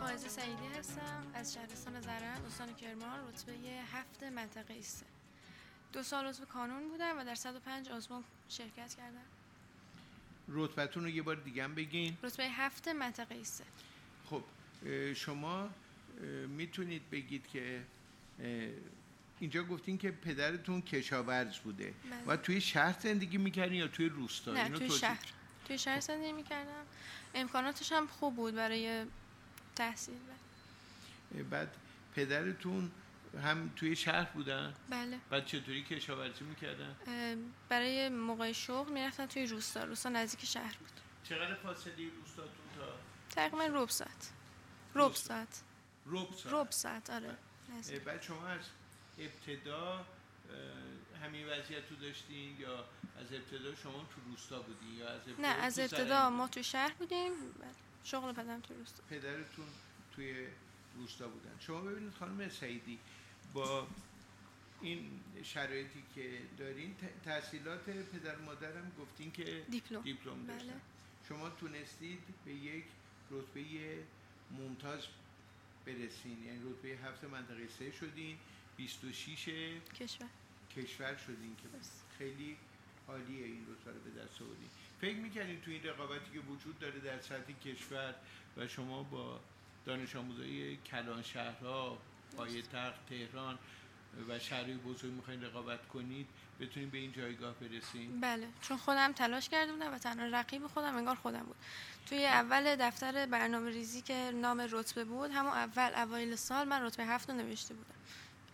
فائزه سعیدی هستم از شهرستان زرن استان کرمان رتبه هفت منطقه ایسته دو سال عضو کانون بودم و در 105 آزمون شرکت کردم رتبتون رو یه بار دیگه هم بگین رتبه هفت منطقه ایسته خب اه، شما میتونید بگید که اه، اینجا گفتین که پدرتون کشاورز بوده بله. و توی شهر زندگی میکردین یا توی روستا نه اینو توی توضیح- شهر توی شهر زندگی میکردم امکاناتش هم خوب بود برای تحصیل اه، بعد پدرتون هم توی شهر بودن بله بعد چطوری کشاورزی میکردن اه، برای موقع شغل میرفتم توی روستا روستا نزدیک شهر بود چقدر فاصله روستاتون تا تقریبا ربع ساعت ربع روستا. ساعت ربع ساعت؟ ربع ساعت آره نزدیک. اه، بعد شما از ابتدا اه، همین وضعیت رو داشتین یا از ابتدا شما تو روستا بودین یا از ابتدا نه از تو ابتدا زرنگ ما توی شهر بودیم بله. شغل پدرم توی روستا پدرتون توی روستا بودن شما ببینید خانم سعیدی با این شرایطی که دارین ت- تحصیلات پدر و مادرم گفتین که دیپلم دیپلم بله. داشتن شما تونستید به یک رتبه ممتاز برسین یعنی رتبه هفت منطقه سه شدین 26 کشور کشور شدین که درست. خیلی عالیه این دوتا رو به دست آوردین فکر میکنید تو این رقابتی که وجود داره در سطح کشور و شما با دانش آموزای کلان شهرها پایتخت تهران و شهرهای بزرگ میخواین رقابت کنید بتونید به این جایگاه برسین بله چون خودم تلاش کرده بودم و تنها رقیب خودم انگار خودم بود توی اول دفتر برنامه ریزی که نام رتبه بود همون اول اوایل سال من رتبه هفت رو نوشته بودم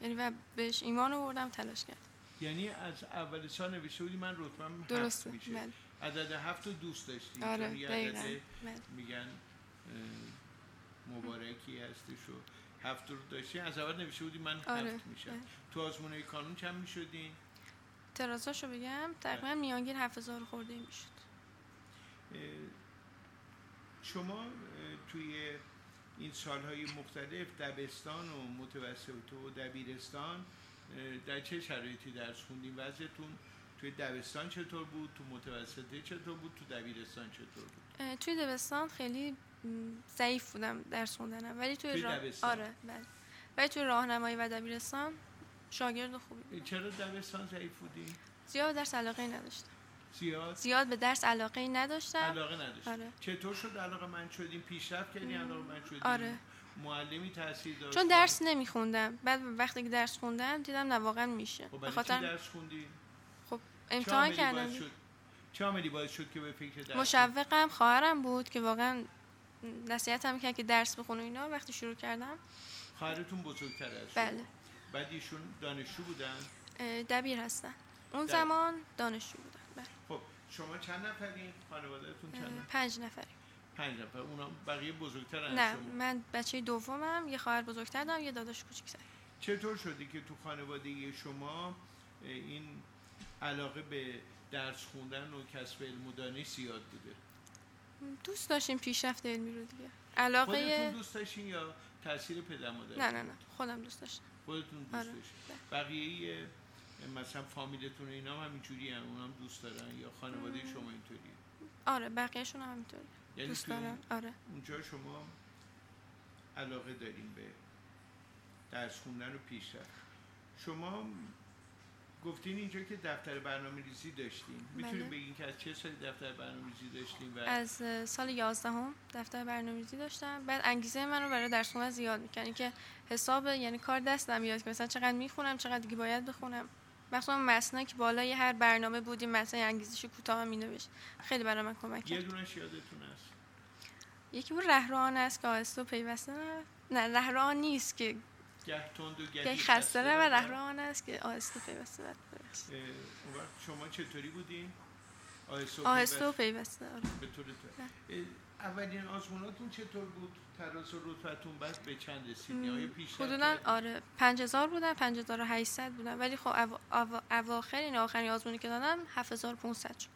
یعنی و بهش ایمان آوردم تلاش کردم یعنی از اول سال نوشته بودی من رتبم هفت درسته میشه بله عدد هفت رو دوست داشتی آره چون یه دقیقا عدد بله. میگن اه، مبارکی هستش و هفت رو داشتی از اول نوشته بودی من آره، هفت میشم بله. تو آزمونه کانون چند میشدین ترازاشو بگم بله. تقریبا میانگیر 7000 خورده میشد اه، شما اه، توی این سالهای مختلف دبستان و متوسط و دبیرستان اه، در چه شرایطی درس خوندین وضعتون توی دبستان چطور بود تو متوسطه چطور بود تو دبیرستان چطور بود اه، توی دبستان خیلی م، ضعیف بودم درس خوندنم ولی توی, توی راه... دبستان؟ آره بله ولی توی راهنمایی و دبیرستان شاگرد خوبی اه، بودم. چرا دبستان ضعیف بودین زیاد به درس علاقه نداشتم زیاد زیاد به درس علاقه ای نداشتم علاقه نداشت آره. چطور شد علاقه من شدیم پیشرفت کردی علاقه من شدیم آره. معلمی تاثیر داشت چون درس نمیخوندم بعد وقتی که درس خوندم دیدم نه واقعا میشه خب به برای چی خاطر درس خوندی خب چه امتحان عاملی کردم باعث شد چه عاملی باعث شد که به فکر درس مشوقم خواهرم بود که واقعا نصیحت هم کرد که درس بخون و اینا وقتی شروع کردم شدی؟ خواهرتون بزرگتر از شما. بله بعد ایشون دانشجو بودن اه، دبیر هستن اون دبیر. زمان دانشجو بودم بله. خب شما چند نفرین خانوادهتون چند اه، نفر پنج نفری پنج نفر اونا بقیه بزرگترن از نه شما من بچه دومم یه خواهر بزرگتر دارم یه داداش کوچیک‌تر چطور شدی که تو خانواده شما اه، این علاقه به درس خوندن و کسب علم و دانش زیاد بوده دوست داشتیم پیشرفت علمی رو دیگه علاقه خودتون دوست داشتین یا تاثیر پدر مادر نه نه نه خودم دوست داشتم خودتون دوست آره. داشتین بقیه مثلا فامیلتون و اینا هم همینجوری هم اونا هم دوست دارن یا خانواده شما اینطوری آره بقیهشون هم همینطوری یعنی دوست تو دارن آره اونجا شما علاقه داریم به درس خوندن و پیشرفت شما گفتین اینجا که دفتر برنامه ریزی داشتیم بله. میتونیم بگین که از چه سالی دفتر برنامه ریزی داشتیم و از اه، سال 11 هم دفتر برنامه‌ریزی داشتم بعد انگیزه من رو برای درس خوندن زیاد می‌کنه که حساب یعنی کار دستم بیاد که مثلا چقدر میخونم چقدر دیگه باید بخونم مخصوصا متنایی که بالای هر برنامه بودیم مثلا انگیزش کوتاه هم مینوشت خیلی برای من کمک یه کرد دونش یادتون هست یکی بود رهروان است که آهسته و پیوسته نه نه رهروان نیست که گه تند و گه گاهی دیر یعنی خسته خسته و رفتن. رهروان است که آهسته و پیوسته رد. ببخشید. اه، اون وقت شما چطوری بودین؟ آهسته و آهسته و پیوسته پیوسته. آره. به طور تو- اه، اولین آزموناتون چطور بود؟ تراز رتبتون بعد به چند یعنی رسیدی؟ آیا پیش حدودا آره 5000 بودن 5800 بودن ولی خب اوا- اوا- اواخر این آخرین آزمونی که دادم 7500 شد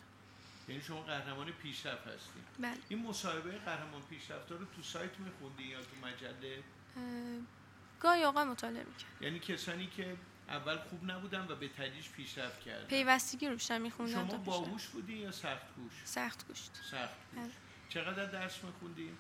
یعنی شما قهرمان پیشرفت هستین بله این مصاحبه قهرمان پیشرفت رو تو سایت میخوندی یا تو مجله اه، گاهی اوقات مطالعه میکرد یعنی کسانی که اول خوب نبودن و به تدریج پیشرفت کردن پیوستگی رو بیشتر میخوندم بله. شما تا پیشتر باهوش بودین یا سخت گوش سخت گوشت سخت گوش بله. چقدر درس میخوندین؟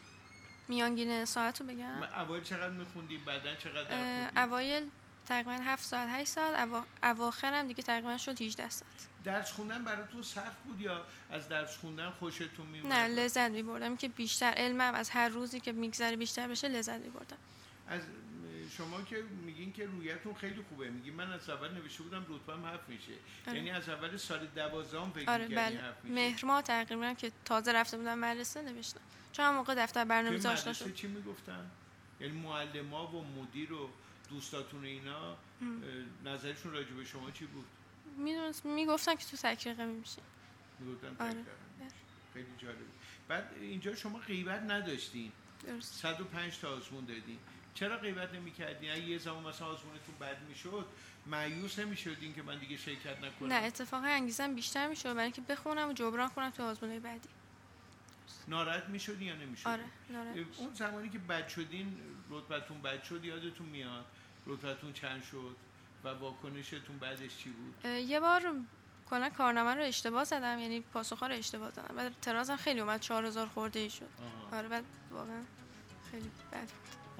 میانگین ساعت رو بگم اول چقدر میخوندین بعدا چقدر اه، درس اوایل تقریبا 7 ساعت 8 ساعت اوا- اواخرم دیگه تقریبا شد 18 ساعت درس خوندن براتون سخت بود یا از درس خوندن خوشتون میومد نه لذت میبردم که بیشتر علمم از هر روزی که میگذره بیشتر بشه لذت میبردم از م- شما که میگین که رویتون خیلی خوبه میگین من از اول نوشته بودم رتبم هفت میشه آره. یعنی از اول سال دوازدهم فکر آره می‌کردین بله هفت میشه مهر ماه تقریبا که تازه رفته بودم مدرسه نوشتم چون هم موقع دفتر توی برنامه‌ریزی آشنا مدرسه شد چی میگفتن یعنی معلما و مدیر و دوستاتون و اینا اه، نظرشون راجع به شما چی بود میدونست میگفتن که تو تکریقه میشه میگفتن آره. تکرار نمیشه. خیلی جالب بعد اینجا شما غیبت نداشتین درست 105 تا آزمون دادین چرا غیبت نمی‌کردین اگه یه زمان مثلا آزمونتون بد میشد مایوس نمی‌شدین که من دیگه شرکت نکنم نه اتفاقا انگیزم بیشتر میشه برای اینکه بخونم و جبران کنم تو آزمونهای بعدی ناراحت میشدی یا نمیشدی؟ آره ناراحت می‌شم. اون زمانی که بد شدین رتبتون بد شد یادتون میاد رتبتون چند شد و واکنشتون بعدش چی بود اه، یه بار کلا کارنامه رو اشتباه زدم یعنی پاسخ‌ها رو اشتباه دادم بعد ترازم خیلی اومد 4000 خورده ای شد آها. آره بعد واقعا خیلی بد بود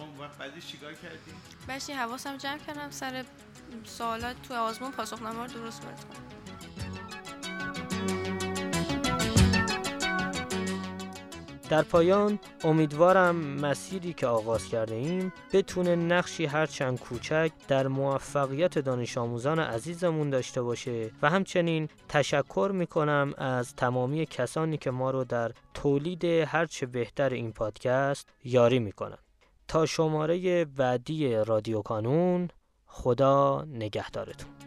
اون وقت خب، بعدش چیکار کردین بعدش یه حواسم جمع کردم سر سوالات تو آزمون پاسخنامه رو درست وارد کنم در پایان امیدوارم مسیری که آغاز کرده ایم بتونه نقشی هرچند کوچک در موفقیت دانش آموزان عزیزمون داشته باشه و همچنین تشکر میکنم از تمامی کسانی که ما رو در تولید هرچه بهتر این پادکست یاری میکنن تا شماره بعدی رادیو کانون خدا نگهدارتون